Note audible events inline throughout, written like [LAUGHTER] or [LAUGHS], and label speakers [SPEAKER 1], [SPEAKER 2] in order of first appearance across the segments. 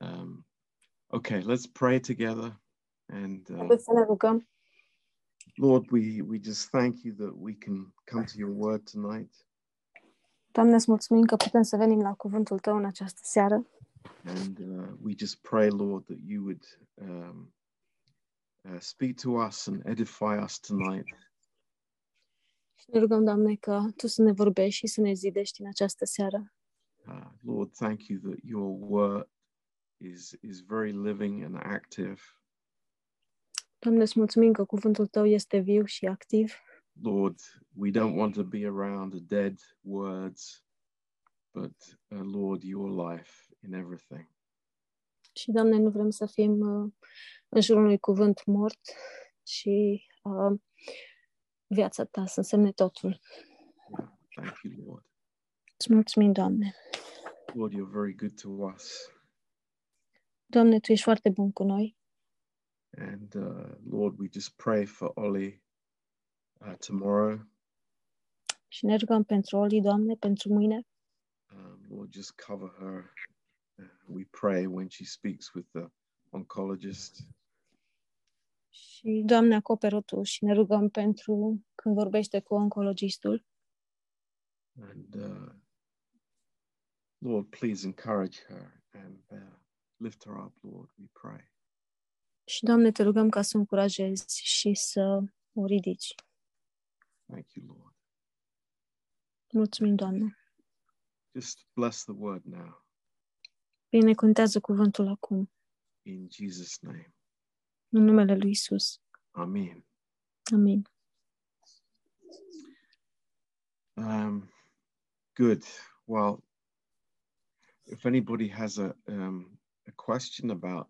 [SPEAKER 1] Um, Okay, let's pray together. And uh,
[SPEAKER 2] Haideți să ne rugăm.
[SPEAKER 1] Lord, we, we just thank you that we can come to your word tonight.
[SPEAKER 2] Doamne, îți mulțumim că putem să venim la cuvântul Tău în această seară
[SPEAKER 1] And uh, we just pray, Lord, that you would um, uh, speak to us and edify us tonight.
[SPEAKER 2] și ne rugăm, Doamne, că Tu să ne vorbești și să ne zidești în această seară.
[SPEAKER 1] Uh, Lord, thank you that your word is, is very living and active.
[SPEAKER 2] Doamne, îți mulțumim că cuvântul Tău este viu și activ.
[SPEAKER 1] Lord, we don't want to be around the dead words, but uh, Lord, your life in everything.
[SPEAKER 2] Și, Doamne, nu vrem să fim uh, în jurul unui cuvânt mort și uh, viața Ta să însemne totul.
[SPEAKER 1] Thank you, Lord.
[SPEAKER 2] Îți mulțumim, Doamne.
[SPEAKER 1] Lord, you're very good to us.
[SPEAKER 2] Doamne, Tu ești foarte bun cu noi.
[SPEAKER 1] And uh, Lord, we just pray for Ollie uh, tomorrow.
[SPEAKER 2] Și ne rugăm pentru Oli, Doamne, pentru mâine.
[SPEAKER 1] Um, Lord, just cover her. Uh, we pray when she speaks with the oncologist.
[SPEAKER 2] Și, Doamne, acoperă Tu și ne rugăm pentru când vorbește cu oncologistul.
[SPEAKER 1] And uh, Lord, please encourage her and uh, lift her up, Lord, we pray.
[SPEAKER 2] Și, Doamne, te rugăm ca să o încurajezi și să o ridici.
[SPEAKER 1] Thank you, Lord.
[SPEAKER 2] Mulțumim, Doamne.
[SPEAKER 1] Just bless the word now
[SPEAKER 2] Binecuvântează cuvântul acum,
[SPEAKER 1] in Jesus' name.
[SPEAKER 2] în numele lui Isus.
[SPEAKER 1] Amen.
[SPEAKER 2] Amin.
[SPEAKER 1] Um, good. Well, if anybody has a, um, a question about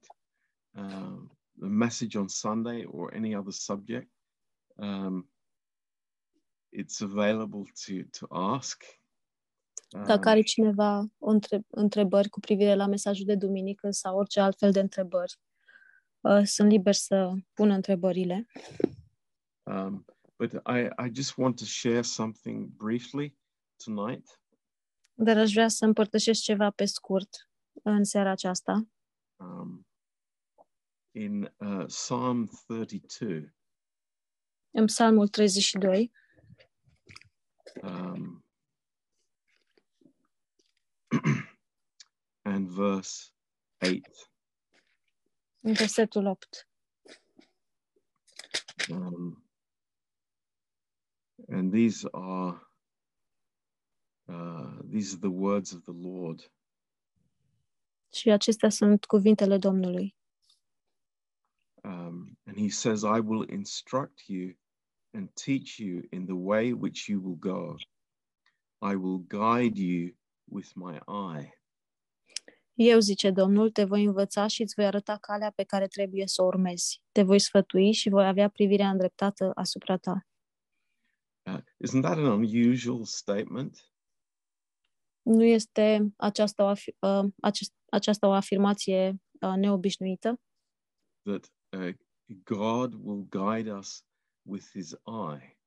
[SPEAKER 1] um, the message on Sunday or any other subject, um, it's available to, to ask.
[SPEAKER 2] Dacă
[SPEAKER 1] Um,
[SPEAKER 2] are cineva o între- întrebări cu privire la mesajul de duminică sau orice altfel de întrebări, uh, sunt liber să pună întrebările.
[SPEAKER 1] um, but I, I just want to share something briefly tonight.
[SPEAKER 2] Dar aș vrea să împărtășesc ceva pe scurt în seara aceasta.
[SPEAKER 1] Um, in uh, Psalm 32,
[SPEAKER 2] În Psalmul 32,
[SPEAKER 1] um, [CLEARS THROAT] and verse 8.
[SPEAKER 2] în versetul 8.
[SPEAKER 1] Um, and these are uh, these are the words of the Lord.
[SPEAKER 2] Și acestea sunt cuvintele Domnului.
[SPEAKER 1] Um, and he says, I will instruct you and teach you in the way which you will go. I will guide you with my eye.
[SPEAKER 2] Eu, zice Domnul, te voi învăța și îți voi arăta calea pe care trebuie să o urmezi. Te voi sfătui și voi avea privirea îndreptată asupra ta.
[SPEAKER 1] Uh, isn't that an unusual statement?
[SPEAKER 2] Nu este aceasta o, afi- uh, acest, aceasta o afirmație uh, neobișnuită?
[SPEAKER 1] that uh, God will guide us with his eye.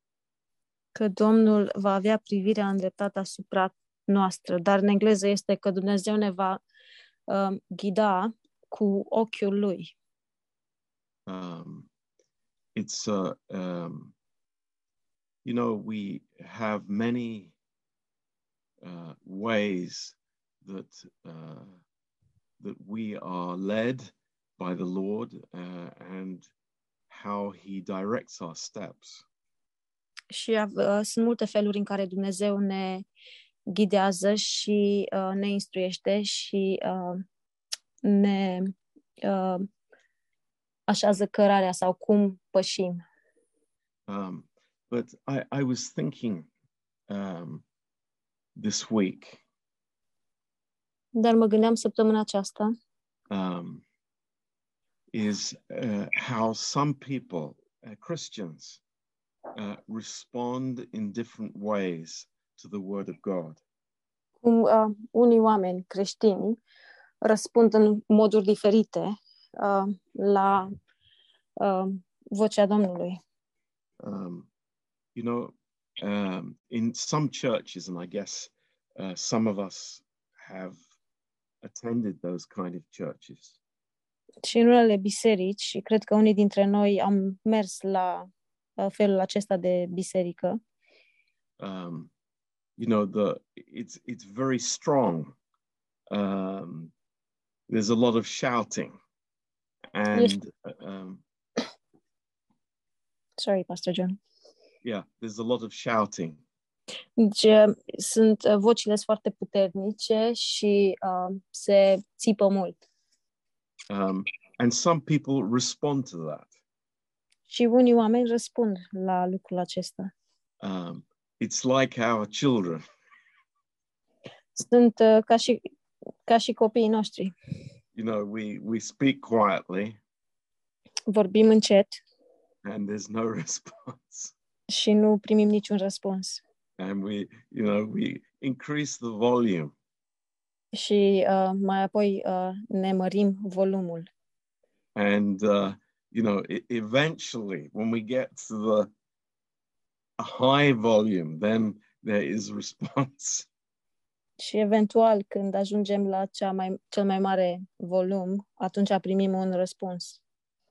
[SPEAKER 2] Că Domnul va avea privirea îndreptată asupra noastră, dar în engleză este că Dumnezeu ne va uh, ghida cu ochiul lui.
[SPEAKER 1] Um, it's, uh, um, you know, we have many uh, ways that, uh, that we are led by the Lord uh, and how he directs our steps.
[SPEAKER 2] Și uh, sunt multe feluri în care Dumnezeu ne ghidează și uh, ne instruiește și uh, ne uh, așează cărarea sau cum pășim.
[SPEAKER 1] Um, but I, I was thinking um, this week
[SPEAKER 2] Dar mă gândeam săptămâna aceasta
[SPEAKER 1] um, is uh, how some people, uh, Christians, uh, respond in different ways to the Word of God.
[SPEAKER 2] cum uh, unii oameni creștini răspund în moduri diferite uh, la uh, vocea Domnului.
[SPEAKER 1] Um, you know, um, in some churches, and I guess uh, some of us have attended those kind of churches,
[SPEAKER 2] și în unele biserici, și cred că unii dintre noi am mers la uh, felul acesta de biserică,
[SPEAKER 1] um, you know the it's it's very strong um, there's a lot of shouting and um,
[SPEAKER 2] sorry, Pastor John,
[SPEAKER 1] yeah there's a lot of shouting
[SPEAKER 2] deci uh, sunt uh, vocile sunt foarte puternice și uh, se țipă mult.
[SPEAKER 1] um, and some people respond to that
[SPEAKER 2] Și unii oameni răspund la lucrul acesta.
[SPEAKER 1] um, it's like our children
[SPEAKER 2] Sunt uh, ca și, ca și copiii noștri.
[SPEAKER 1] you know we we speak quietly
[SPEAKER 2] Vorbim încet
[SPEAKER 1] and there's no [LAUGHS] response
[SPEAKER 2] și nu primim niciun răspuns.
[SPEAKER 1] and we you know we increase the volume
[SPEAKER 2] Și uh, mai apoi uh, ne mărim volumul.
[SPEAKER 1] and uh, you know e- eventually when we get to the high volume then there is response [LAUGHS]
[SPEAKER 2] Și eventual, când ajungem la cea mai, cel mai mare volum, atunci primim un răspuns.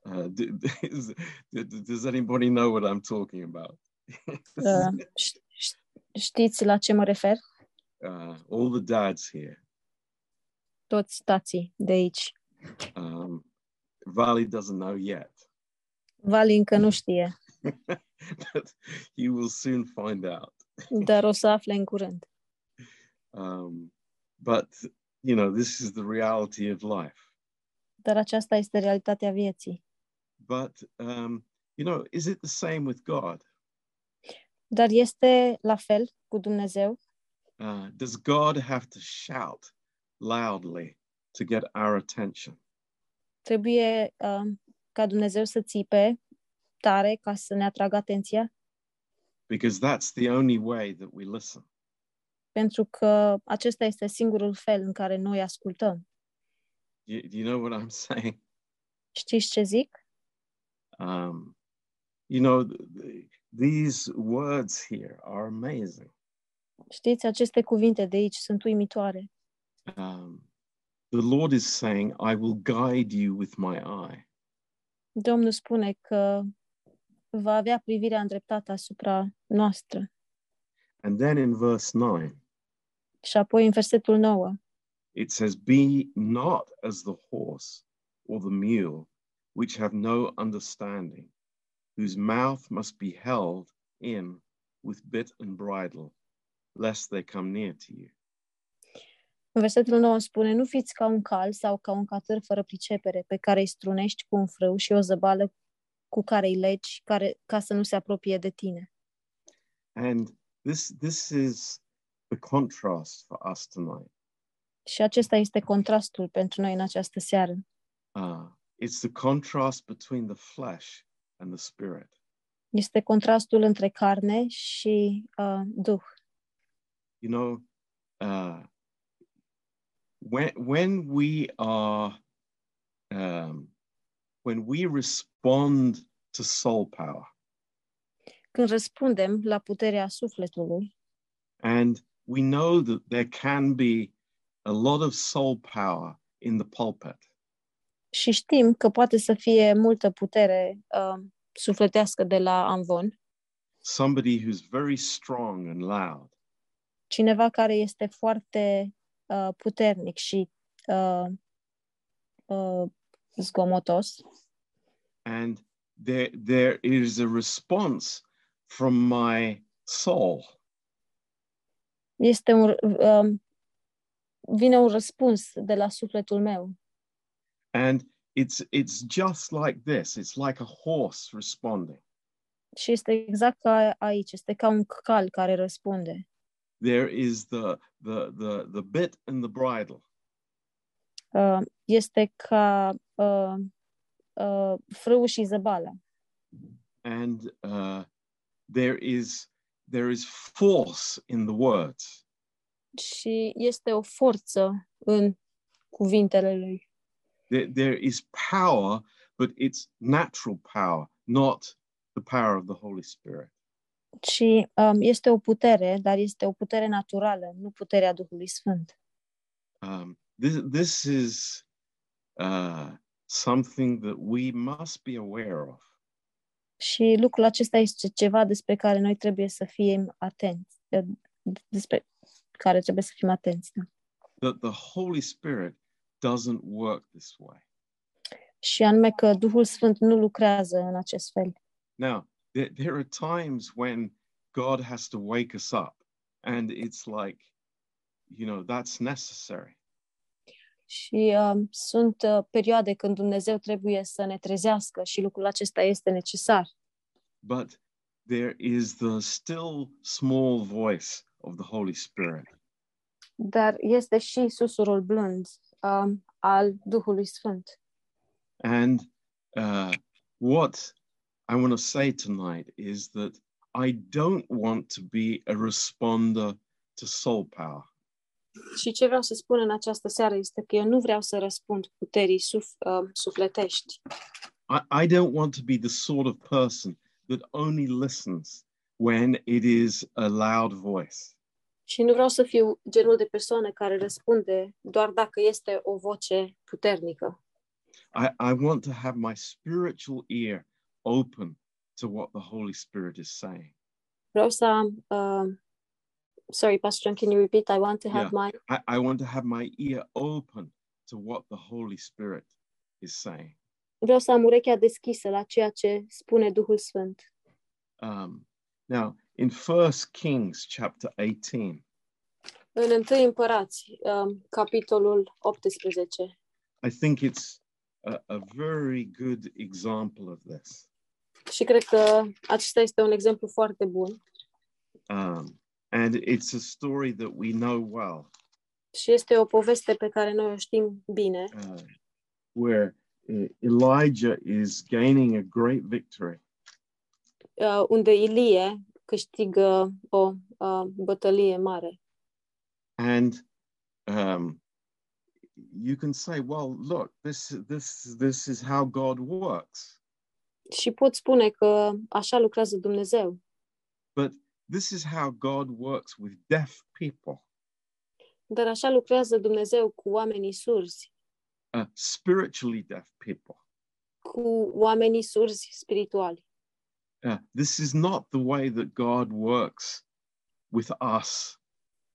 [SPEAKER 1] uh, do, is, do- do- does anybody know what i'm talking about [LAUGHS] This is-
[SPEAKER 2] Uh, ș- ș- știți la ce mă refer?
[SPEAKER 1] uh, all the dads here
[SPEAKER 2] Toți tații de aici.
[SPEAKER 1] um, vali doesn't know yet [LAUGHS]
[SPEAKER 2] Vali încă nu știe,
[SPEAKER 1] but he will soon find out
[SPEAKER 2] dar o să afle în curând.
[SPEAKER 1] um, but you know this is the reality of life
[SPEAKER 2] Dar aceasta este realitatea vieții.
[SPEAKER 1] but um, you know is it the same with god
[SPEAKER 2] Dar este la fel cu Dumnezeu?
[SPEAKER 1] Uh, does God have to shout loudly to get our attention?
[SPEAKER 2] Trebuie uh, ca Dumnezeu să țipe tare ca să ne atragă atenția?
[SPEAKER 1] Because that's the only way that we listen.
[SPEAKER 2] Pentru că acesta este singurul fel în care noi ascultăm.
[SPEAKER 1] You, you know what I'm [LAUGHS] saying?
[SPEAKER 2] Știți ce zic?
[SPEAKER 1] Um, you know, th- th- these words here are amazing.
[SPEAKER 2] Știți, aceste cuvinte de aici sunt uimitoare.
[SPEAKER 1] Um, the Lord is saying, I will guide you with my eye.
[SPEAKER 2] Domnul spune că va avea privirea îndreptată asupra noastră.
[SPEAKER 1] And then in verse 9,
[SPEAKER 2] Și apoi în versetul 9,
[SPEAKER 1] it says, Be not as the horse or the mule, which have no understanding, whose mouth must be held in with bit and bridle, lest they come near to you.
[SPEAKER 2] în versetul 9 spune, nu fiți ca un cal sau ca un catâr fără pricepere, pe care îi strunești cu un frâu și o zăbală cu care îi legi care, ca să nu se apropie de tine.
[SPEAKER 1] And this, this is the contrast for us tonight.
[SPEAKER 2] Și acesta este contrastul pentru noi în această seară.
[SPEAKER 1] Uh, it's the contrast between the flesh and the spirit.
[SPEAKER 2] Este contrastul între carne și uh, duh.
[SPEAKER 1] you know uh, when when we are um, when we respond to soul power
[SPEAKER 2] Când răspundem la puterea sufletului
[SPEAKER 1] and we know that there can be a lot of soul power in the pulpit
[SPEAKER 2] și știm că poate să fie multă putere uh, sufletească de la amvon,
[SPEAKER 1] somebody who's very strong and loud
[SPEAKER 2] cineva care este foarte uh, puternic și uh, uh, zgomotos
[SPEAKER 1] and there there is a response from my soul
[SPEAKER 2] este un, uh, vine un răspuns de la sufletul meu
[SPEAKER 1] and it's it's just like this it's like a horse responding
[SPEAKER 2] și este exact ca aici, este ca un cal care răspunde.
[SPEAKER 1] there is the the the the bit and the bridle
[SPEAKER 2] Uh, este ca uh, uh, frâul și zăbala
[SPEAKER 1] and uh, there is there is force in the words
[SPEAKER 2] și este o forță în cuvintele lui.
[SPEAKER 1] there, there is power but it's natural power not the power of the holy spirit
[SPEAKER 2] Și um, este o putere, dar este o putere naturală, nu puterea Duhului Sfânt.
[SPEAKER 1] um, this this is uh, something that we must be aware of.
[SPEAKER 2] Și lucrul acesta este ceva despre care noi trebuie să fim atenți, eh, despre care trebuie să fim atenți. Da?
[SPEAKER 1] That the Holy Spirit doesn't work this way.
[SPEAKER 2] Și anume că Duhul Sfânt nu lucrează în acest fel.
[SPEAKER 1] Now, there, there are times when God has to wake us up, and it's like, you know, that's necessary.
[SPEAKER 2] Și um, sunt uh, perioade când Dumnezeu trebuie să ne trezească și lucrul acesta este necesar.
[SPEAKER 1] But there is the still small voice of the Holy Spirit
[SPEAKER 2] Dar este și susurul blând um, al Duhului Sfânt.
[SPEAKER 1] And uh, what I want to say tonight is that I don't want to be a responder to soul power.
[SPEAKER 2] Și ce vreau să spun în această seară este că eu nu vreau să răspund puterii suf- uh, sufletești.
[SPEAKER 1] I, I don't want to be the sort of person that only listens when it is a loud voice.
[SPEAKER 2] Și nu vreau să fiu genul de persoană care răspunde doar dacă este o voce puternică.
[SPEAKER 1] I, I want to have my spiritual ear open to what the Holy Spirit is saying.
[SPEAKER 2] Vreau să am... Uh, sorry, Pastor John, can you repeat? I want to have
[SPEAKER 1] Yeah.
[SPEAKER 2] my...
[SPEAKER 1] I, I want to have my ear open to what the Holy Spirit is saying.
[SPEAKER 2] Vreau să am urechea deschisă la ceea ce spune Duhul Sfânt.
[SPEAKER 1] Um, now, in First Kings chapter 18,
[SPEAKER 2] În 1 Împărați, um, capitolul 18.
[SPEAKER 1] I think it's a, a very good example of this.
[SPEAKER 2] Și cred că acesta este un exemplu foarte bun
[SPEAKER 1] Um, and it's a story that we know well,
[SPEAKER 2] și este o poveste pe care noi o știm bine,
[SPEAKER 1] uh, where uh, Elijah is gaining a great victory.
[SPEAKER 2] uh, unde Ilie câștigă o uh, bătălie mare.
[SPEAKER 1] And um, you can say, well, look, this, this, this is how God works.
[SPEAKER 2] Și pot spune că așa lucrează Dumnezeu,
[SPEAKER 1] This is how God works with deaf people.
[SPEAKER 2] dar așa lucrează Dumnezeu cu oamenii surzi,
[SPEAKER 1] uh, spiritually deaf people.
[SPEAKER 2] cu oamenii surzi spirituali.
[SPEAKER 1] Uh, this is not the way that God works with us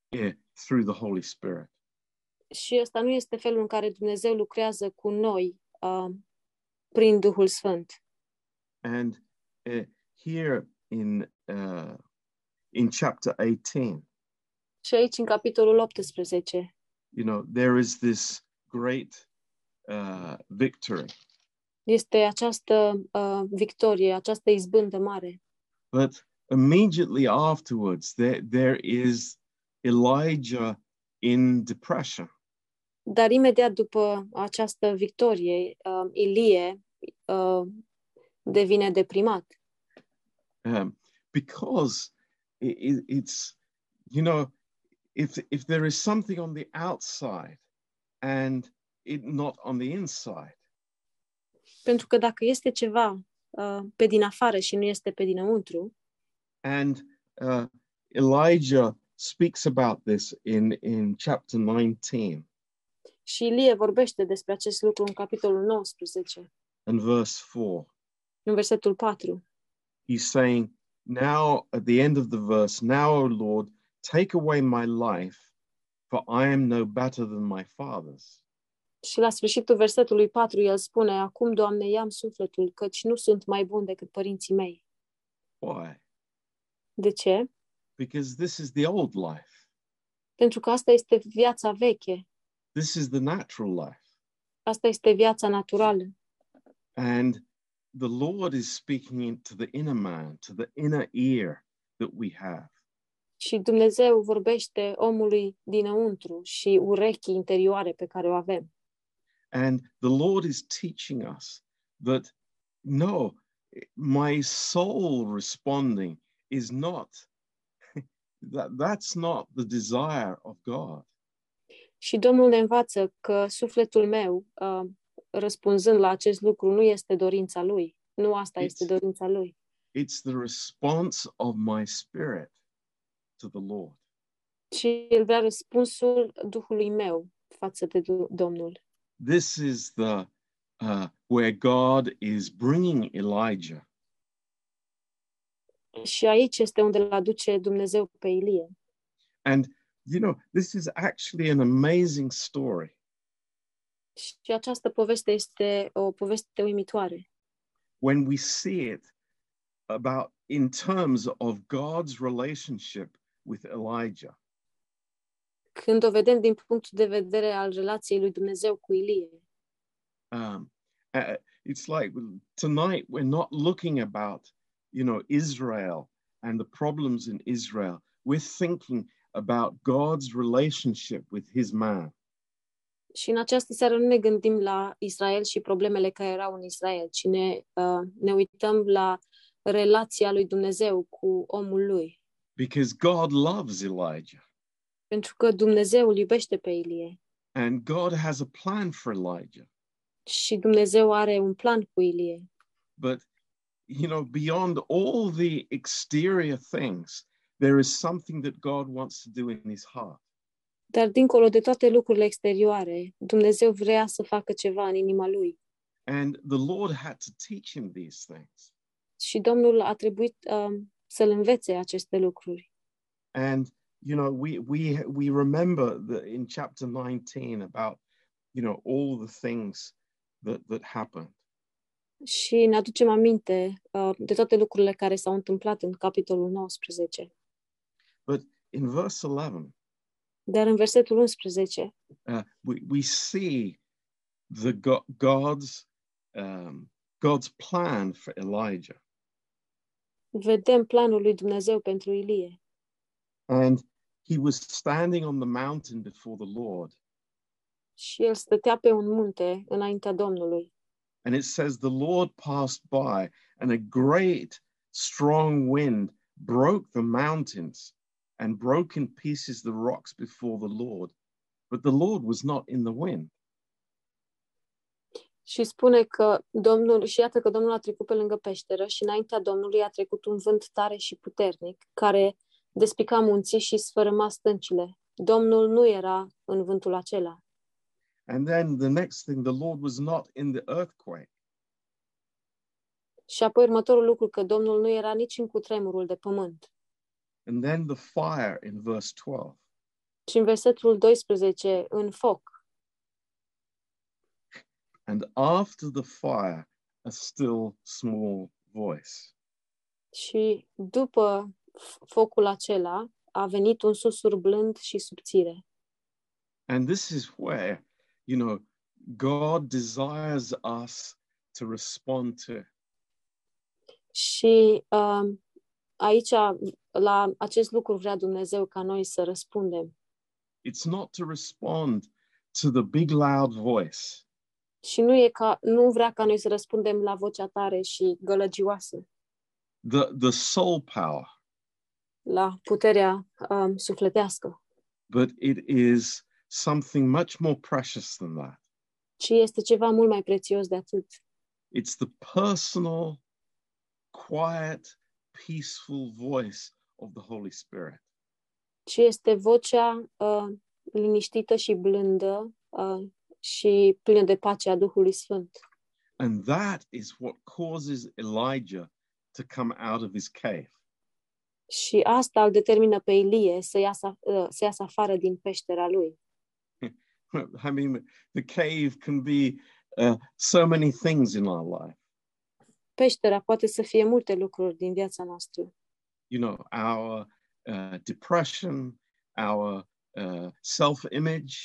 [SPEAKER 1] eh, through the Holy Spirit.
[SPEAKER 2] Și ăsta nu este felul în care Dumnezeu lucrează cu noi uh, prin Duhul Sfânt.
[SPEAKER 1] And eh, here in uh, in chapter 18,
[SPEAKER 2] Și aici, în capitolul 18,
[SPEAKER 1] you know, there is this great uh, victory,
[SPEAKER 2] este această uh, victorie, această izbândă mare.
[SPEAKER 1] but immediately afterwards, there there is Elijah in depression.
[SPEAKER 2] Dar imediat după această victorie, uh, Ilie uh, devine deprimat,
[SPEAKER 1] um, because it, it, it's you know if if there is something on the outside and it not on the inside
[SPEAKER 2] pentru că dacă este ceva uh, pe din afară și nu este pe dinăuntru,
[SPEAKER 1] and uh, elijah speaks about this in in chapter 19
[SPEAKER 2] și Ilie vorbește despre acest lucru în capitolul 19,
[SPEAKER 1] and verse 4
[SPEAKER 2] în versetul 4.
[SPEAKER 1] he's saying now at the end of the verse now o lord take away my life for i am no better than my father's
[SPEAKER 2] Și la sfârșitul versetului 4 el spune, Acum, Doamne, ia-mi sufletul, căci nu sunt mai bun decât părinții mei.
[SPEAKER 1] why
[SPEAKER 2] De ce?
[SPEAKER 1] because this is the old life
[SPEAKER 2] Pentru că asta este viața veche,
[SPEAKER 1] this is the natural life
[SPEAKER 2] asta este viața naturală.
[SPEAKER 1] and the lord is speaking into the inner man to the inner ear that we have
[SPEAKER 2] Și Dumnezeu vorbește omului dinăuntru și urechii interioare pe care o avem.
[SPEAKER 1] and the lord is teaching us that no my soul responding is not [LAUGHS] that that's not the desire of god
[SPEAKER 2] Și Domnul ne învață că sufletul meu, uh, răspunzând la acest lucru, nu este dorința lui. Nu asta este
[SPEAKER 1] Yes.
[SPEAKER 2] dorința lui,
[SPEAKER 1] it's the response of my spirit to the lord
[SPEAKER 2] ci el vrea răspunsul Duhului meu față de Du- Domnul.
[SPEAKER 1] this is the uh, where God is bringing Elijah
[SPEAKER 2] Și aici este unde îl aduce Dumnezeu pe Ilie.
[SPEAKER 1] And you know, this is actually an amazing story
[SPEAKER 2] Și această poveste este o poveste uimitoare.
[SPEAKER 1] when we see it about in terms of God's relationship with Elijah.
[SPEAKER 2] Când o vedem din punctul de vedere al relației lui Dumnezeu cu Ilie,
[SPEAKER 1] Um, uh, it's like tonight we're not looking about, you know, Israel and the problems in Israel. We're thinking about God's relationship with his man.
[SPEAKER 2] Și în această seară nu ne gândim la Israel și problemele care erau în Israel, ci ne, uh, ne uităm la relația lui Dumnezeu cu omul lui.
[SPEAKER 1] because God loves Elijah
[SPEAKER 2] Pentru că Dumnezeu îl iubește pe Ilie
[SPEAKER 1] and God has a plan for Elijah.
[SPEAKER 2] și Dumnezeu are un plan cu Ilie.
[SPEAKER 1] But, you know, beyond all the exterior things, there is something that God wants to do in his heart.
[SPEAKER 2] Dar dincolo de toate lucrurile exterioare, Dumnezeu vrea să facă ceva în inima lui.
[SPEAKER 1] And the Lord had to teach him these things.
[SPEAKER 2] Și Domnul a trebuit uh, să-l învețe aceste lucruri.
[SPEAKER 1] And, you know, we, we, we remember that in chapter 19 about, you know, all the things that, that happened.
[SPEAKER 2] Și ne aducem aminte uh, de toate lucrurile care s-au întâmplat în capitolul 19.
[SPEAKER 1] In verse 11,
[SPEAKER 2] Dar în versetul 11
[SPEAKER 1] uh, we, we see the go- God's um, God's plan for Elijah,
[SPEAKER 2] vedem planul lui Dumnezeu pentru Ilie.
[SPEAKER 1] and he was standing on the mountain before the Lord,
[SPEAKER 2] Și el stătea pe un munte înaintea Domnului.
[SPEAKER 1] and it says the Lord passed by, and a great strong wind broke the mountains and broke in pieces the rocks before the Lord, but the Lord was not in the wind.
[SPEAKER 2] Și spune că Domnul, și iată că Domnul a trecut pe lângă peșteră și înaintea Domnului a trecut un vânt tare și puternic, care despica munții și sfărâma stâncile. Domnul nu era în vântul acela.
[SPEAKER 1] And then the next thing, the Lord was not in the earthquake.
[SPEAKER 2] Și apoi următorul lucru, că Domnul nu era nici în cutremurul de pământ.
[SPEAKER 1] And then the fire in verse 12.
[SPEAKER 2] Și în versetul 12, în foc.
[SPEAKER 1] and after the fire a still small voice.
[SPEAKER 2] Și după f- focul acela a venit un susur blând și subțire.
[SPEAKER 1] And this is where, you know, God desires us to respond to.
[SPEAKER 2] Și uh, aici, la acest lucru vrea Dumnezeu ca noi să răspundem.
[SPEAKER 1] It's not to respond to the big loud voice,
[SPEAKER 2] Și nu, e ca, nu vrea ca noi să răspundem la vocea tare și gălăgioasă,
[SPEAKER 1] the, the soul power,
[SPEAKER 2] la puterea um, sufletească,
[SPEAKER 1] but it is something much more precious than that.
[SPEAKER 2] ci este ceva mult mai prețios de atât.
[SPEAKER 1] It's the personal, quiet, peaceful voice of the Holy Spirit.
[SPEAKER 2] Ci este vocea uh, liniștită și blândă uh, și plină de pacea Duhului Sfânt.
[SPEAKER 1] And that is what causes Elijah to come out of his cave.
[SPEAKER 2] Și asta îl determină pe Ilie să iasă, uh, să iasă afară din peștera lui.
[SPEAKER 1] [LAUGHS] I mean, the cave can be uh, so many things in our life.
[SPEAKER 2] Peștera poate să fie multe lucruri din viața noastră.
[SPEAKER 1] You know, our uh, depression, our uh, self image,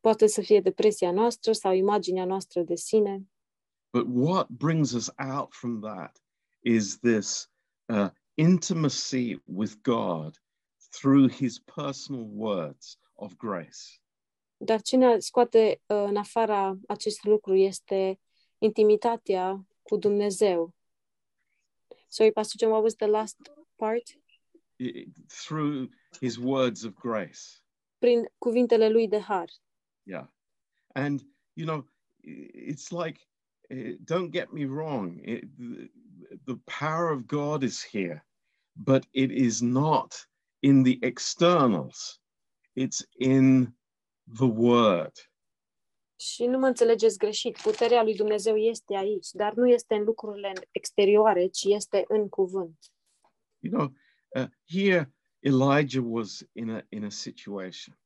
[SPEAKER 2] Poate să fie depresia noastră sau imaginea noastră de sine,
[SPEAKER 1] But what brings us out from that is this uh, intimacy with God through his personal words of grace.
[SPEAKER 2] dar ce ne scoate uh, în afara acestui lucru este intimitatea cu Dumnezeu. Sorry, Pastor John, what was the last part?
[SPEAKER 1] I- I- through his words of grace.
[SPEAKER 2] Prin cuvintele lui de har.
[SPEAKER 1] Yeah. And, you know, i- it's like, eh, don't get me wrong, it, the, the power of God is here, but it is not in the externals, it's in the word.
[SPEAKER 2] Și nu mă înțelegeți greșit, puterea lui Dumnezeu este aici, dar nu este în lucrurile exterioare, ci este în cuvânt.
[SPEAKER 1] You know, uh, here Elijah was in a in a situation,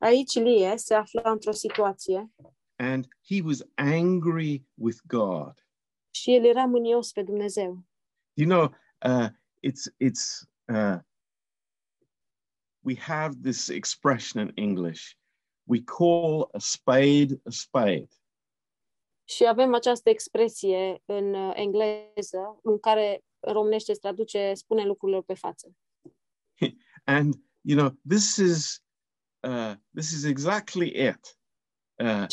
[SPEAKER 2] Aici Lie se afla într-o situație
[SPEAKER 1] and he was angry with God.
[SPEAKER 2] și el era mânios pe Dumnezeu.
[SPEAKER 1] You know, uh, it's it's uh, we have this expression in English. We call a spade a spade.
[SPEAKER 2] Și avem această expresie în uh, engleză, în care în românește se traduce spune lucrurilor pe față.
[SPEAKER 1] and you know this is uh, this is exactly it uh,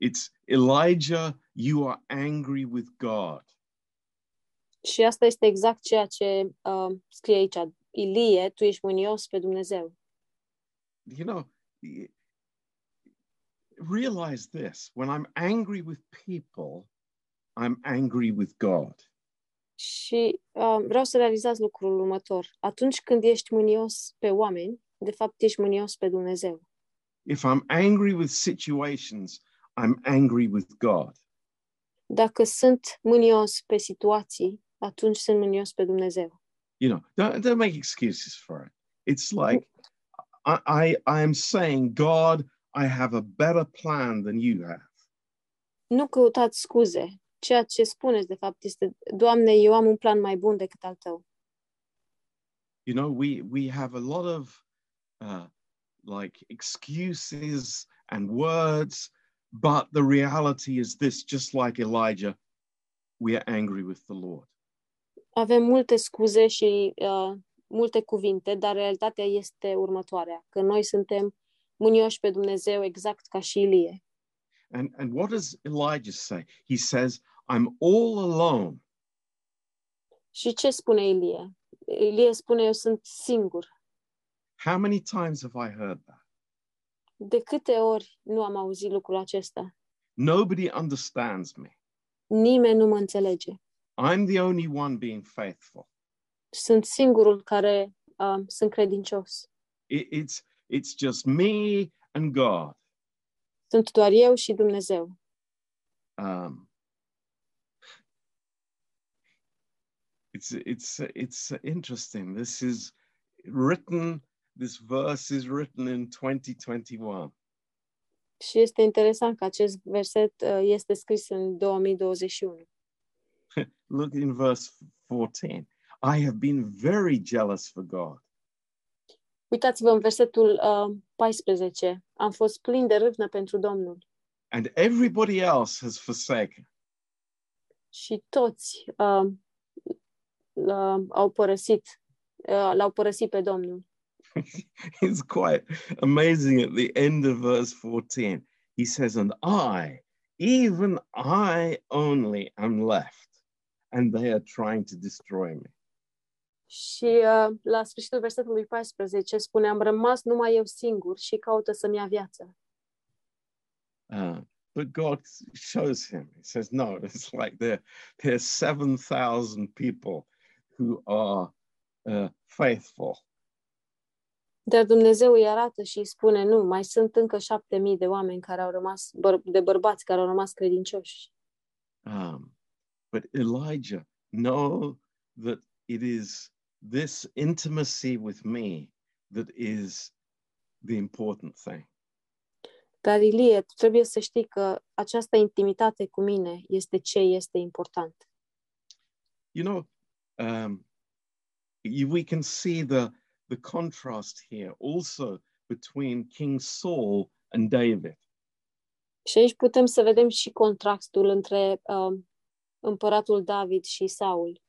[SPEAKER 1] it's elijah you are angry with god
[SPEAKER 2] Și asta este exact ceea ce uh, scrie aici. Ilie, tu ești mânios pe Dumnezeu.
[SPEAKER 1] you know y- realize this when i'm angry with people i'm angry with god
[SPEAKER 2] Și uh, vreau să realizați lucrul următor. Atunci când ești mânios pe oameni, de fapt ești mânios pe Dumnezeu.
[SPEAKER 1] if i'm angry with situations i'm angry with god
[SPEAKER 2] Dacă sunt mânios pe situații, atunci sunt mânios pe Dumnezeu.
[SPEAKER 1] you know don't, don't make excuses for it it's like I, I i am saying god i have a better plan than you have
[SPEAKER 2] Nu căutați scuze. Ceea ce spuneți, de fapt, este, Doamne, eu am un plan mai bun decât al tău.
[SPEAKER 1] you know we we have a lot of uh like excuses and words but the reality is this just like elijah we are angry with the lord
[SPEAKER 2] Avem multe scuze și uh, multe cuvinte, dar realitatea este următoarea, că noi suntem mânioși pe Dumnezeu exact ca și Ilie.
[SPEAKER 1] and and what does elijah say he says i'm all alone
[SPEAKER 2] Și ce spune Ilie? Ilie spune, eu sunt singur.
[SPEAKER 1] how many times have i heard that
[SPEAKER 2] De câte ori nu am auzit lucrul acesta?
[SPEAKER 1] nobody understands me
[SPEAKER 2] Nimeni nu mă înțelege.
[SPEAKER 1] i'm the only one being faithful
[SPEAKER 2] Sunt singurul care uh, sunt credincios.
[SPEAKER 1] It, it's it's just me and God.
[SPEAKER 2] Sunt doar eu și Dumnezeu.
[SPEAKER 1] Um, it's it's it's interesting. This is written. This verse is written in 2021,
[SPEAKER 2] Și este interesant că acest verset uh, este scris în 2021.
[SPEAKER 1] look in verse 14. I have been very jealous for God.
[SPEAKER 2] Uitați-vă în versetul uh, 14. Am fost plin de râvnă pentru Domnul
[SPEAKER 1] And everybody else has forsaken. [LAUGHS]
[SPEAKER 2] și toți uh, uh, au părăsit, uh, l-au părăsit pe Domnul.
[SPEAKER 1] It's quite amazing at the end of verse 14. He says, And I, even I only am left, and they are trying to destroy me.
[SPEAKER 2] Și uh, la sfârșitul versetului 14 spune, am rămas numai eu singur și caută să-mi ia viața.
[SPEAKER 1] Uh, but God shows him, He says, No, [LAUGHS] it's like there, there's 7,000 people who are uh, faithful.
[SPEAKER 2] Dar Dumnezeu îi arată și îi spune, nu, mai sunt încă șapte mii de oameni care au rămas, băr- de bărbați care au rămas credincioși.
[SPEAKER 1] Um, but Elijah, know that it is this intimacy with me that is the important thing.
[SPEAKER 2] Dar Ilie, tu trebuie să știi că această intimitate cu mine este ce este important.
[SPEAKER 1] You know, um, you, we can see the the contrast here also between King Saul and David.
[SPEAKER 2] Și aici putem să vedem și contrastul între uh, împăratul David și Saul.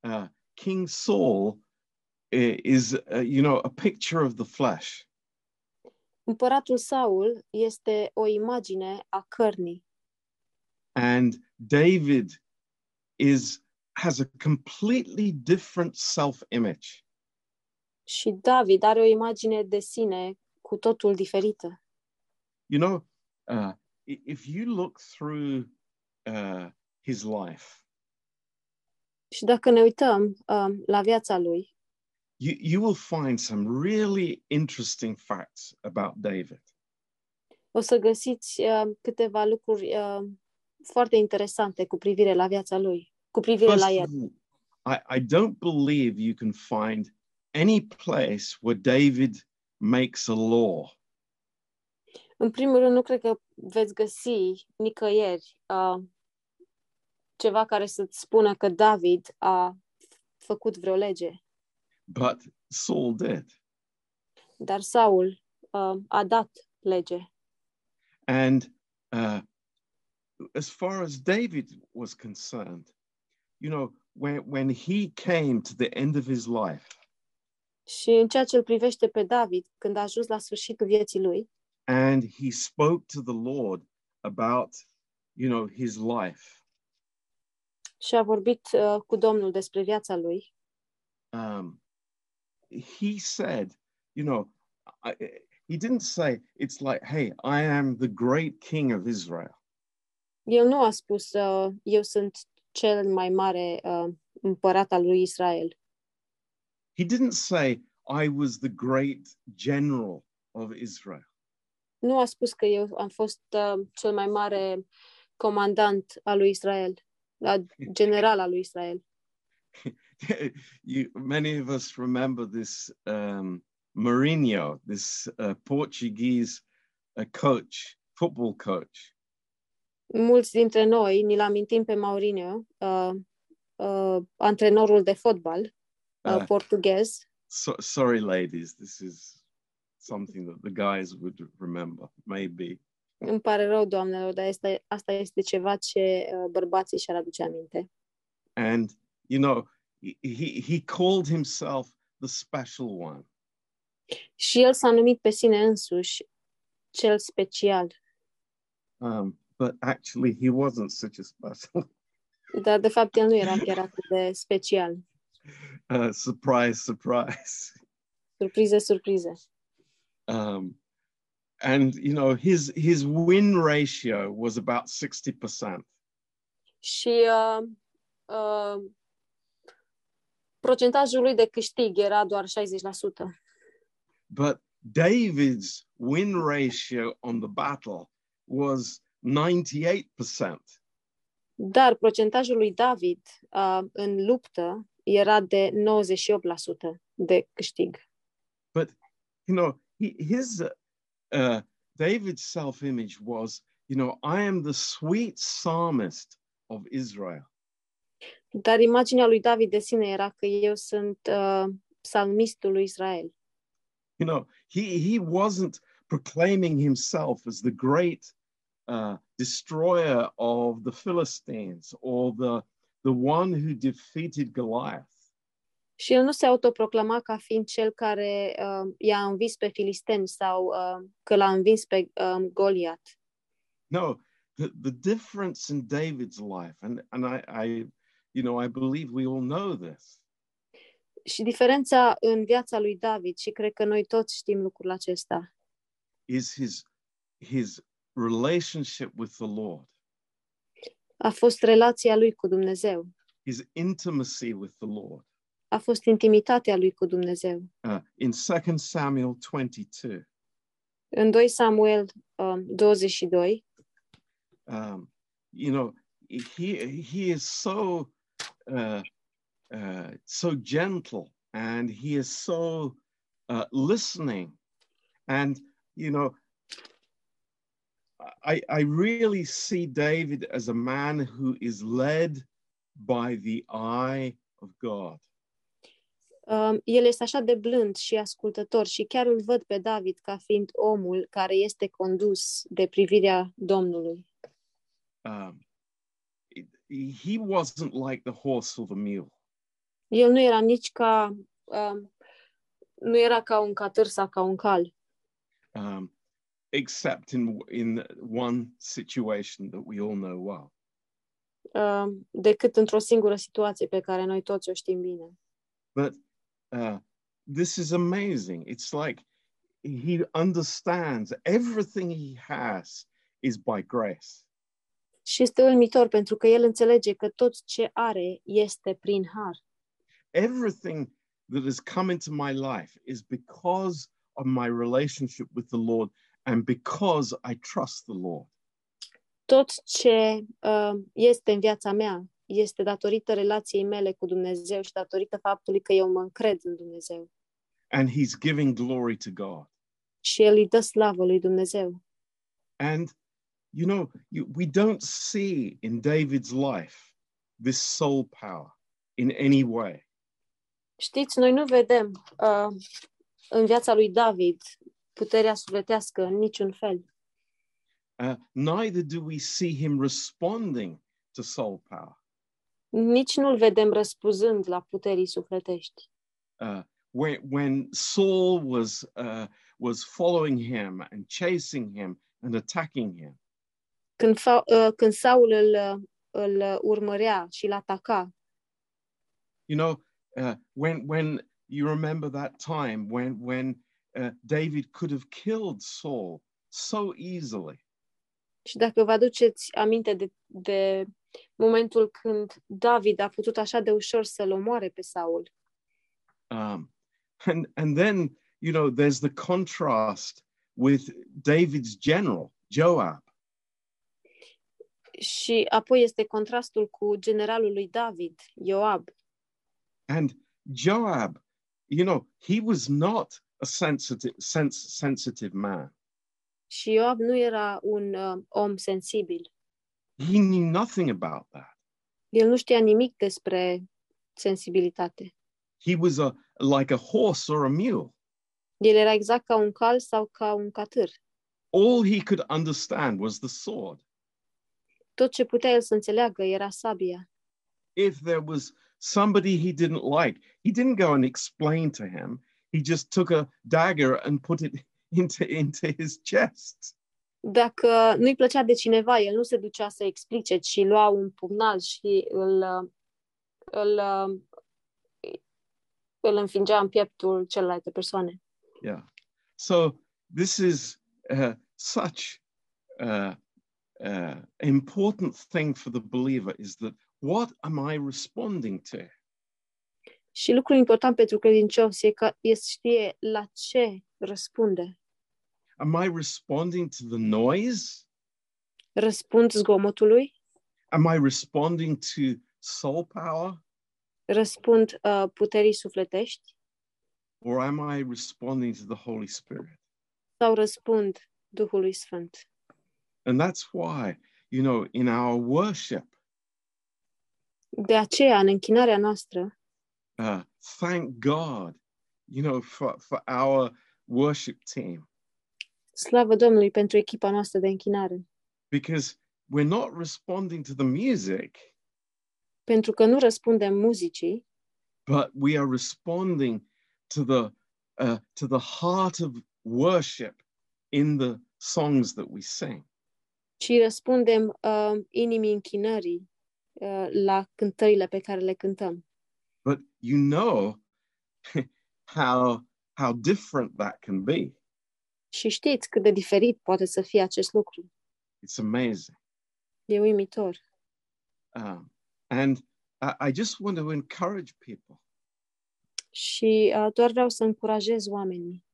[SPEAKER 1] Uh, King Saul i- is, uh, you know, a picture of the flesh.
[SPEAKER 2] Împăratul Saul este o imagine a cărnii
[SPEAKER 1] and David is has a completely different self-image.
[SPEAKER 2] și David are o imagine de sine cu totul diferită.
[SPEAKER 1] You know, uh, i- if you look through uh, his life,
[SPEAKER 2] Și dacă ne uităm uh, la um, viața lui,
[SPEAKER 1] you, you will find some really interesting facts about David.
[SPEAKER 2] O să găsiți uh, câteva lucruri uh, foarte interesante cu privire la viața lui, cu privire
[SPEAKER 1] First
[SPEAKER 2] la
[SPEAKER 1] of
[SPEAKER 2] el.
[SPEAKER 1] all, I, I don't believe you can find any place where David makes a law
[SPEAKER 2] În primul rând, nu cred că veți găsi nicăieri uh, ceva care să-ți spună că David a făcut vreo lege,
[SPEAKER 1] but Saul did.
[SPEAKER 2] dar Saul uh, a dat lege.
[SPEAKER 1] And uh, as far as David was concerned, you know, when, when he came to the end of his life
[SPEAKER 2] Și în ceea ce îl privește pe David, când a ajuns la sfârșitul vieții lui
[SPEAKER 1] and he spoke to the Lord about, you know, his life,
[SPEAKER 2] și a vorbit uh, cu Domnul despre viața lui,
[SPEAKER 1] um, he said, you know, I, he didn't say, it's like, hey, I am the great king of Israel.
[SPEAKER 2] el nu a spus, uh, eu sunt cel mai mare uh, împărat al lui Israel.
[SPEAKER 1] He didn't say, I was the great general of Israel.
[SPEAKER 2] Nu a spus că eu am fost uh, cel mai mare comandant al lui Israel, la general al lui Israel.
[SPEAKER 1] [LAUGHS] you, many of us remember this um, Mourinho, this uh, Portuguese uh, coach, football coach,
[SPEAKER 2] Mulți dintre noi ni-l amintim pe Maurinho, uh, uh, antrenorul de fotbal uh,
[SPEAKER 1] Ah.
[SPEAKER 2] portughez,
[SPEAKER 1] so, sorry, ladies, this is something that the guys would remember, maybe.
[SPEAKER 2] Îmi pare rău, doamnelor, dar este, asta este ceva ce uh, bărbații și-ar aduce aminte.
[SPEAKER 1] And you know, he, he he called himself the special one,
[SPEAKER 2] Și el s-a numit pe sine însuși cel special,
[SPEAKER 1] um, but actually, he wasn't such a special. [LAUGHS]
[SPEAKER 2] dar de fapt el nu era chiar atât de special.
[SPEAKER 1] uh, surprise, surprise.
[SPEAKER 2] Surprize, surprize.
[SPEAKER 1] um, and you know his his win ratio was about 60%
[SPEAKER 2] Și uh, uh, procentajul lui de câștig era doar 60%,
[SPEAKER 1] but david's win ratio on the battle was 98%
[SPEAKER 2] dar procentajul lui David uh, în luptă era de 98% de câștig.
[SPEAKER 1] you know he, his uh, david's self-image was you know i am the sweet psalmist of israel
[SPEAKER 2] Dar imaginea lui David de sine era că eu sunt uh, psalmistul lui Israel.
[SPEAKER 1] you know he he wasn't proclaiming himself as the great uh, destroyer of the philistines or the the one who defeated goliath
[SPEAKER 2] Și el nu se autoproclama ca fiind cel care uh, i-a învins pe filisteni sau uh, că l-a învins pe uh, Goliat.
[SPEAKER 1] no the, the difference in david's life and and i i you know i believe we all know this
[SPEAKER 2] Și diferența în viața lui David, și cred că noi toți știm lucrul acesta,
[SPEAKER 1] is his his relationship with the lord
[SPEAKER 2] a fost relația lui cu Dumnezeu,
[SPEAKER 1] his intimacy with the lord
[SPEAKER 2] a fost intimitatea lui cu Dumnezeu.
[SPEAKER 1] uh, in 2 samuel 22
[SPEAKER 2] În 2 Samuel uh, 22,
[SPEAKER 1] um, you know he he is so uh, uh, so gentle and he is so uh, listening and you know I, I really see David as a man who is led by the eye of God.
[SPEAKER 2] Um, El este așa de blând și ascultător și chiar îl văd pe David ca fiind omul care este condus de privirea Domnului.
[SPEAKER 1] Um, it- he wasn't like the horse or the mule.
[SPEAKER 2] El nu era nici ca um, nu era ca un catâr sau ca un cal,
[SPEAKER 1] um, except in in one situation that we all know well.
[SPEAKER 2] um, decât într-o singură situație pe care noi toți o știm bine.
[SPEAKER 1] But uh, this is amazing. It's like he understands everything he has is by grace.
[SPEAKER 2] Și este uimitor pentru că el înțelege că tot ce are este prin har.
[SPEAKER 1] Everything that has come into my life is because of my relationship with the Lord and because I trust the Lord.
[SPEAKER 2] Tot ce uh, este în viața mea este datorită relației mele cu Dumnezeu și datorită faptului că eu mă încred în Dumnezeu.
[SPEAKER 1] And He's giving glory to God.
[SPEAKER 2] Și El îi dă slavă lui Dumnezeu.
[SPEAKER 1] And, you know, you, we don't see in David's life this soul power in any way.
[SPEAKER 2] Știți, noi nu vedem uh, în viața lui David puterea sufletească în niciun fel.
[SPEAKER 1] Uh, neither do we see him responding to soul power.
[SPEAKER 2] Nici nu-l vedem răspuzând la puterii sufletești.
[SPEAKER 1] Uh, when, when Saul was, uh, was following him and chasing him and attacking him,
[SPEAKER 2] Când, fa- uh, când Saul îl, uh, îl uh, urmărea și îl ataca,
[SPEAKER 1] you know, uh, when, when you remember that time when, when uh, David could have killed Saul so easily.
[SPEAKER 2] și dacă vă aduceți aminte de, de momentul când David a putut așa de ușor să-l omoare pe Saul,
[SPEAKER 1] Um, and and then you know there's the contrast with David's general Joab,
[SPEAKER 2] și apoi este contrastul cu generalul lui David, Ioab.
[SPEAKER 1] and Joab, you know he was not a sensitive sense, sensitive man.
[SPEAKER 2] Și Ioab nu era un uh, om sensibil.
[SPEAKER 1] He knew nothing about that.
[SPEAKER 2] El nu știa nimic despre sensibilitate.
[SPEAKER 1] He was a like a horse or a mule.
[SPEAKER 2] El era exact ca un cal sau ca un catâr.
[SPEAKER 1] All he could understand was the sword.
[SPEAKER 2] Tot ce putea el să înțeleagă era sabia.
[SPEAKER 1] If there was somebody he didn't like, he didn't go and explain to him. He just took a dagger and put it [LAUGHS] into into his chest.
[SPEAKER 2] Dacă nu-i plăcea de cineva, el nu se ducea să explice, ci lua un pumnal și îl, uh, îl, uh, îl înfingea în pieptul celelalte persoane.
[SPEAKER 1] Yeah. So this is uh, such uh, uh, important thing for the believer is that what am I responding to?
[SPEAKER 2] Și lucrul important pentru credincios e că el știe la ce răspunde.
[SPEAKER 1] Am I responding to the noise?
[SPEAKER 2] Răspund zgomotului,
[SPEAKER 1] Am I responding to soul power?
[SPEAKER 2] răspund uh, puterii sufletești
[SPEAKER 1] Or am I responding to the Holy Spirit?
[SPEAKER 2] sau răspund Duhului Sfânt.
[SPEAKER 1] And that's why, you know, in our worship,
[SPEAKER 2] De aceea, în închinarea noastră,
[SPEAKER 1] uh, thank God, you know, for, for our worship team.
[SPEAKER 2] Slavă Domnului pentru echipa noastră de închinare,
[SPEAKER 1] because we're not responding to the music,
[SPEAKER 2] pentru că nu răspundem muzicii,
[SPEAKER 1] but we are responding to the uh, to the heart of worship in the songs that we sing.
[SPEAKER 2] ci răspundem uh, inimii închinării uh, la cântările pe care le cântăm.
[SPEAKER 1] But you know [LAUGHS] how how different that can be.
[SPEAKER 2] Și știți cât de diferit poate să fie acest lucru.
[SPEAKER 1] It's amazing,
[SPEAKER 2] E uimitor.
[SPEAKER 1] um, and I, I just want to encourage people.
[SPEAKER 2] Și uh, doar vreau să încurajez oamenii.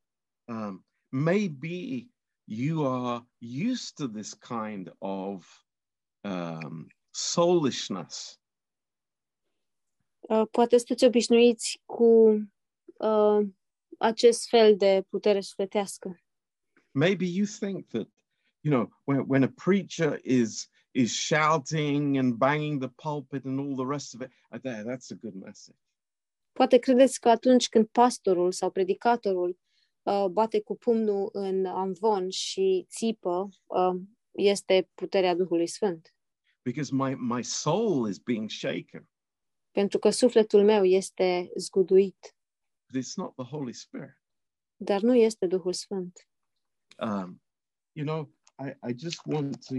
[SPEAKER 1] Um, maybe you are used to this kind of um, soulishness.
[SPEAKER 2] Uh, poate sunteți obișnuiți cu uh, acest fel de putere sufletească.
[SPEAKER 1] maybe you think that you know when, when a preacher is is shouting and banging the pulpit and all the rest of it uh, there that's a good message
[SPEAKER 2] Poate credeți că atunci când pastorul sau predicatorul uh, bate cu pumnul în amvon și țipă, uh, este puterea Duhului Sfânt.
[SPEAKER 1] because my my soul is being shaken
[SPEAKER 2] Pentru că sufletul meu este zguduit,
[SPEAKER 1] but it's not the holy spirit
[SPEAKER 2] dar nu este Duhul Sfânt.
[SPEAKER 1] um you know i i just want to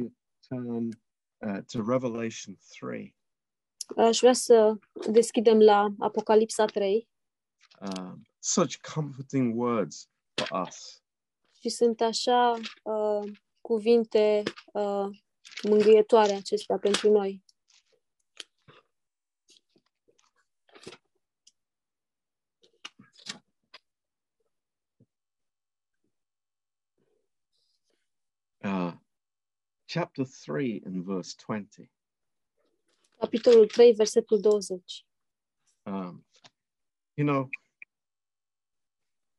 [SPEAKER 1] turn uh, to revelation 3
[SPEAKER 2] Aș vrea să deschidem la Apocalipsa 3
[SPEAKER 1] um such comforting words for us
[SPEAKER 2] și sunt așa uh, cuvinte uh, mângâietoare acestea pentru noi.
[SPEAKER 1] Uh, chapter 3 and verse 20.
[SPEAKER 2] Capitolul 3, versetul 20.
[SPEAKER 1] Um, you know,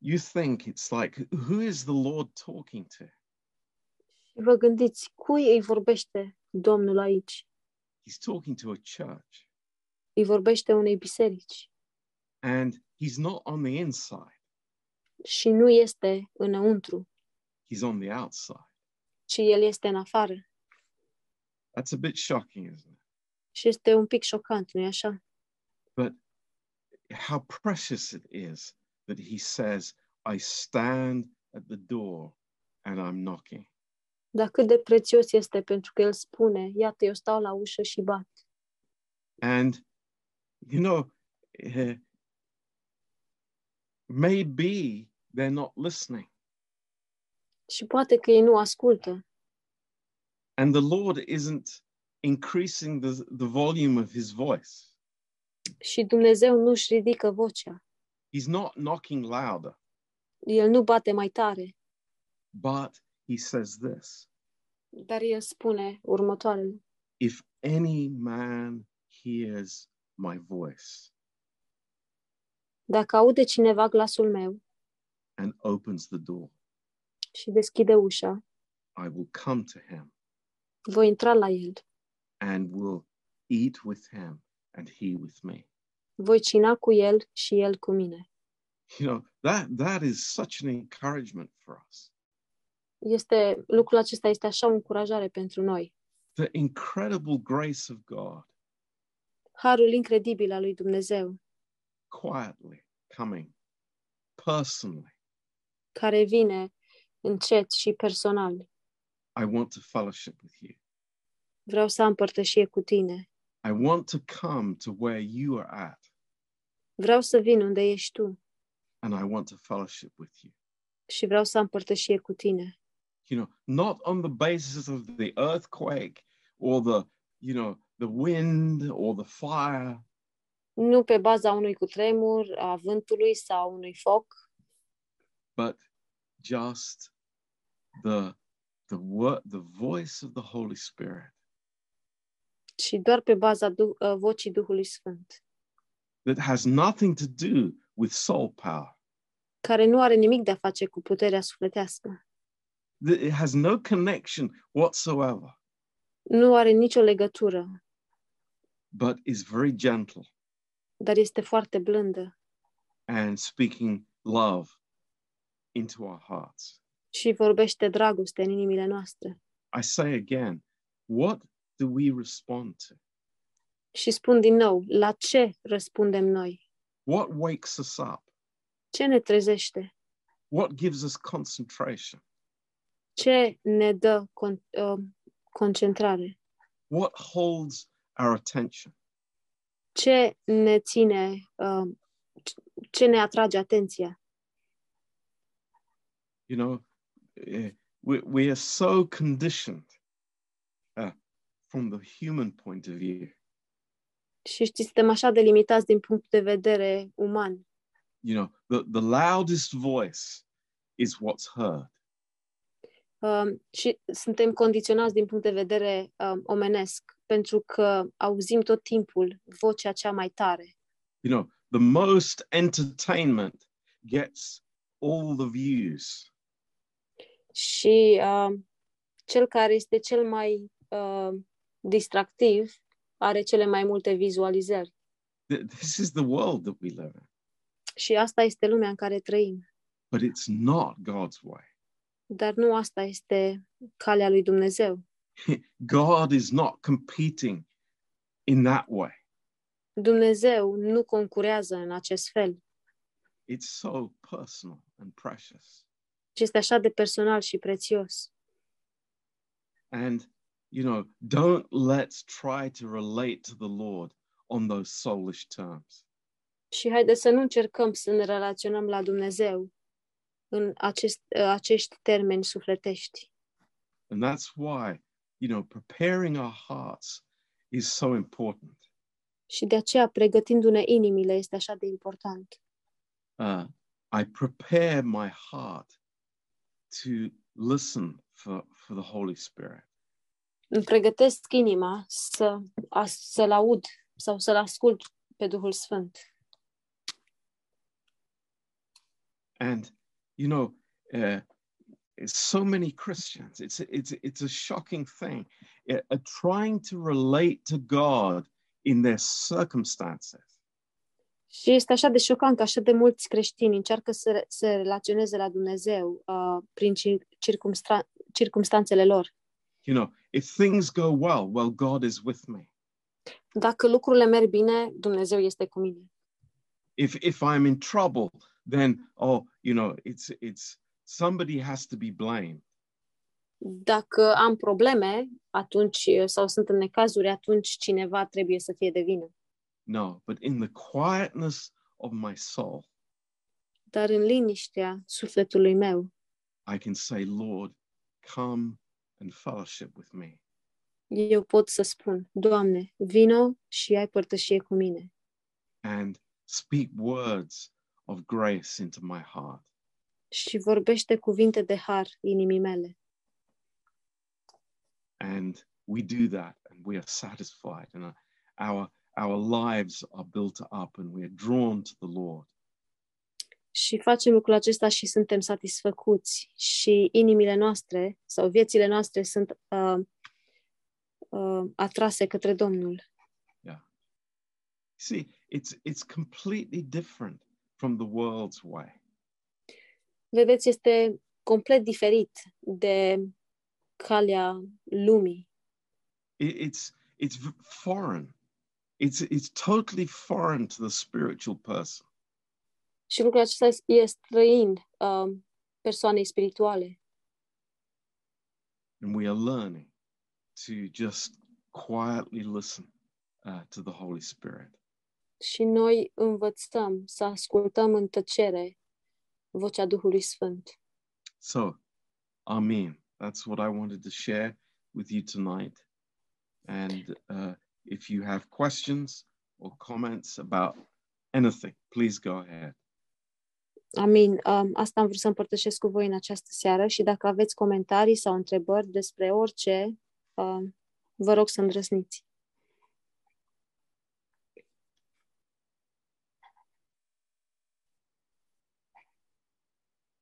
[SPEAKER 1] you think it's like, who is the Lord talking to?
[SPEAKER 2] Și vă gândiți, cui îi vorbește Domnul aici?
[SPEAKER 1] He's talking to a church
[SPEAKER 2] Îi vorbește unei biserici
[SPEAKER 1] and he's not on the inside,
[SPEAKER 2] și nu este înăuntru,
[SPEAKER 1] he's on the outside.
[SPEAKER 2] ci el este în afară.
[SPEAKER 1] That's a bit shocking, isn't it?
[SPEAKER 2] Și este un pic șocant, nu-i așa?
[SPEAKER 1] How precious it is that he says, I stand at the door and I'm knocking.
[SPEAKER 2] Dar cât de prețios este pentru că el spune, iată, eu stau la ușă și bat.
[SPEAKER 1] And, you know, eh, maybe they're not listening.
[SPEAKER 2] Și poate că ei nu ascultă
[SPEAKER 1] And the Lord isn't increasing the, the volume of his voice.
[SPEAKER 2] și Dumnezeu nu își ridică vocea.
[SPEAKER 1] He's not knocking louder,
[SPEAKER 2] El nu bate mai tare,
[SPEAKER 1] but he says this
[SPEAKER 2] dar el spune următoarele.
[SPEAKER 1] If any man hears my voice
[SPEAKER 2] Dacă aude cineva glasul meu
[SPEAKER 1] and opens the door,
[SPEAKER 2] și deschide ușa,
[SPEAKER 1] I will come to him
[SPEAKER 2] voi intra la el,
[SPEAKER 1] and will eat with him and he with me.
[SPEAKER 2] voi cina cu el și el cu mine.
[SPEAKER 1] You know, that, that is such an encouragement for us.
[SPEAKER 2] Este, lucrul acesta este așa o încurajare pentru noi.
[SPEAKER 1] The incredible grace of God
[SPEAKER 2] Harul incredibil al lui Dumnezeu,
[SPEAKER 1] quietly coming personally.
[SPEAKER 2] care vine încet și personal.
[SPEAKER 1] I want to fellowship with you.
[SPEAKER 2] Vreau să am părtășie cu tine.
[SPEAKER 1] I want to come to where you are at
[SPEAKER 2] Vreau să vin unde ești tu
[SPEAKER 1] and I want to fellowship with you.
[SPEAKER 2] și vreau să am părtășie cu tine.
[SPEAKER 1] You know, not on the basis of the earthquake or the, you know, the wind or the fire,
[SPEAKER 2] Nu pe baza unui cutremur, a vântului sau unui foc,
[SPEAKER 1] but just the the word the voice of the Holy Spirit
[SPEAKER 2] ci doar pe baza du- uh, vocii Duhului Sfânt,
[SPEAKER 1] that has nothing to do with soul power.
[SPEAKER 2] care nu are nimic de a face cu puterea sufletească.
[SPEAKER 1] That It has no connection whatsoever,
[SPEAKER 2] Nu are nicio legătură,
[SPEAKER 1] but is very gentle
[SPEAKER 2] dar este foarte blândă
[SPEAKER 1] and speaking love into our hearts.
[SPEAKER 2] și vorbește dragoste în inimile noastre.
[SPEAKER 1] I say again, what do we respond to?
[SPEAKER 2] Și spun din nou, la ce răspundem noi?
[SPEAKER 1] What wakes us up?
[SPEAKER 2] Ce ne trezește?
[SPEAKER 1] What gives us concentration?
[SPEAKER 2] Ce ne dă con- uh, concentrare?
[SPEAKER 1] What holds our attention?
[SPEAKER 2] Ce ne ține, uh, ce ne atrage atenția?
[SPEAKER 1] You know, eh, we, we are so conditioned uh, from the human point of view.
[SPEAKER 2] Și știți, suntem așa de limitați din punct de vedere uman.
[SPEAKER 1] You know, the, the loudest voice is what's heard.
[SPEAKER 2] Um, și suntem condiționați din punct de vedere um, omenesc, pentru că auzim tot timpul vocea cea mai tare.
[SPEAKER 1] You know, the most entertainment gets all the views.
[SPEAKER 2] Și um, cel care este cel mai um, distractiv are cele mai multe vizualizări.
[SPEAKER 1] Th- This is the world that we live in,
[SPEAKER 2] Și asta este lumea în care trăim.
[SPEAKER 1] but it's not God's way.
[SPEAKER 2] Dar nu asta este calea lui Dumnezeu.
[SPEAKER 1] God is not competing in that way.
[SPEAKER 2] Dumnezeu nu concurează în acest fel.
[SPEAKER 1] It's so personal and precious.
[SPEAKER 2] Și este așa de personal și prețios.
[SPEAKER 1] And, you know, don't let's try to relate to the Lord on those soulish terms.
[SPEAKER 2] Și haideți să nu încercăm să ne relaționăm la Dumnezeu în acest, acești termeni sufletești.
[SPEAKER 1] And that's why, you know, preparing our hearts is so important.
[SPEAKER 2] Și de aceea, pregătindu-ne inimile, este așa de important.
[SPEAKER 1] Uh, I prepare my heart to listen for, for the Holy Spirit.
[SPEAKER 2] îmi pregătesc inima să, a, să-L aud sau să-L ascult pe Duhul Sfânt.
[SPEAKER 1] And you know, uh, so many Christians, it's it's it's a shocking thing, uh, are trying to relate to God in their circumstances.
[SPEAKER 2] Și este așa de șocant că așa de mulți creștini încearcă să re- se relaționeze la Dumnezeu uh, prin cir- circumstra- circumstanțele lor.
[SPEAKER 1] You know, if things go well, well, God is with me.
[SPEAKER 2] Dacă lucrurile merg bine, Dumnezeu este cu mine.
[SPEAKER 1] If if I'm in trouble, then oh, you know, it's it's somebody has to be blamed.
[SPEAKER 2] Dacă am probleme, atunci eh, sau sunt în necazuri, atunci cineva trebuie să fie de vină.
[SPEAKER 1] No, but in the quietness of my soul,
[SPEAKER 2] Dar în liniștea sufletului meu,
[SPEAKER 1] I can say, Lord, come and fellowship with me.
[SPEAKER 2] eu pot să spun, Doamne, vino și ai părtășie cu mine
[SPEAKER 1] and speak words of grace into my heart.
[SPEAKER 2] și vorbește cuvinte de har inimii mele.
[SPEAKER 1] And we do that and we are satisfied and our- our our lives are built up and we are drawn to the Lord.
[SPEAKER 2] Și facem lucrul acesta și suntem satisfăcuți și inimile noastre sau viețile noastre sunt uh, uh, atrase către Domnul.
[SPEAKER 1] See, it's it's completely different from the world's way.
[SPEAKER 2] Vedeți, este complet diferit de calea lumii.
[SPEAKER 1] It, it's it's v- foreign. It's it's totally foreign to the spiritual person.
[SPEAKER 2] Și lucrul acesta e străin uh, persoanei spirituale.
[SPEAKER 1] And we are learning to just quietly listen uh, to the Holy Spirit.
[SPEAKER 2] Și noi învățăm să ascultăm în tăcere vocea Duhului Sfânt.
[SPEAKER 1] So, Amen. That's what I wanted to share with you tonight. And uh, if you have questions or comments about anything, please go ahead.
[SPEAKER 2] Amin. Um, asta am vrut să împărtășesc cu voi în această seară și dacă aveți comentarii sau întrebări despre orice, um, vă rog să îndrăzniți.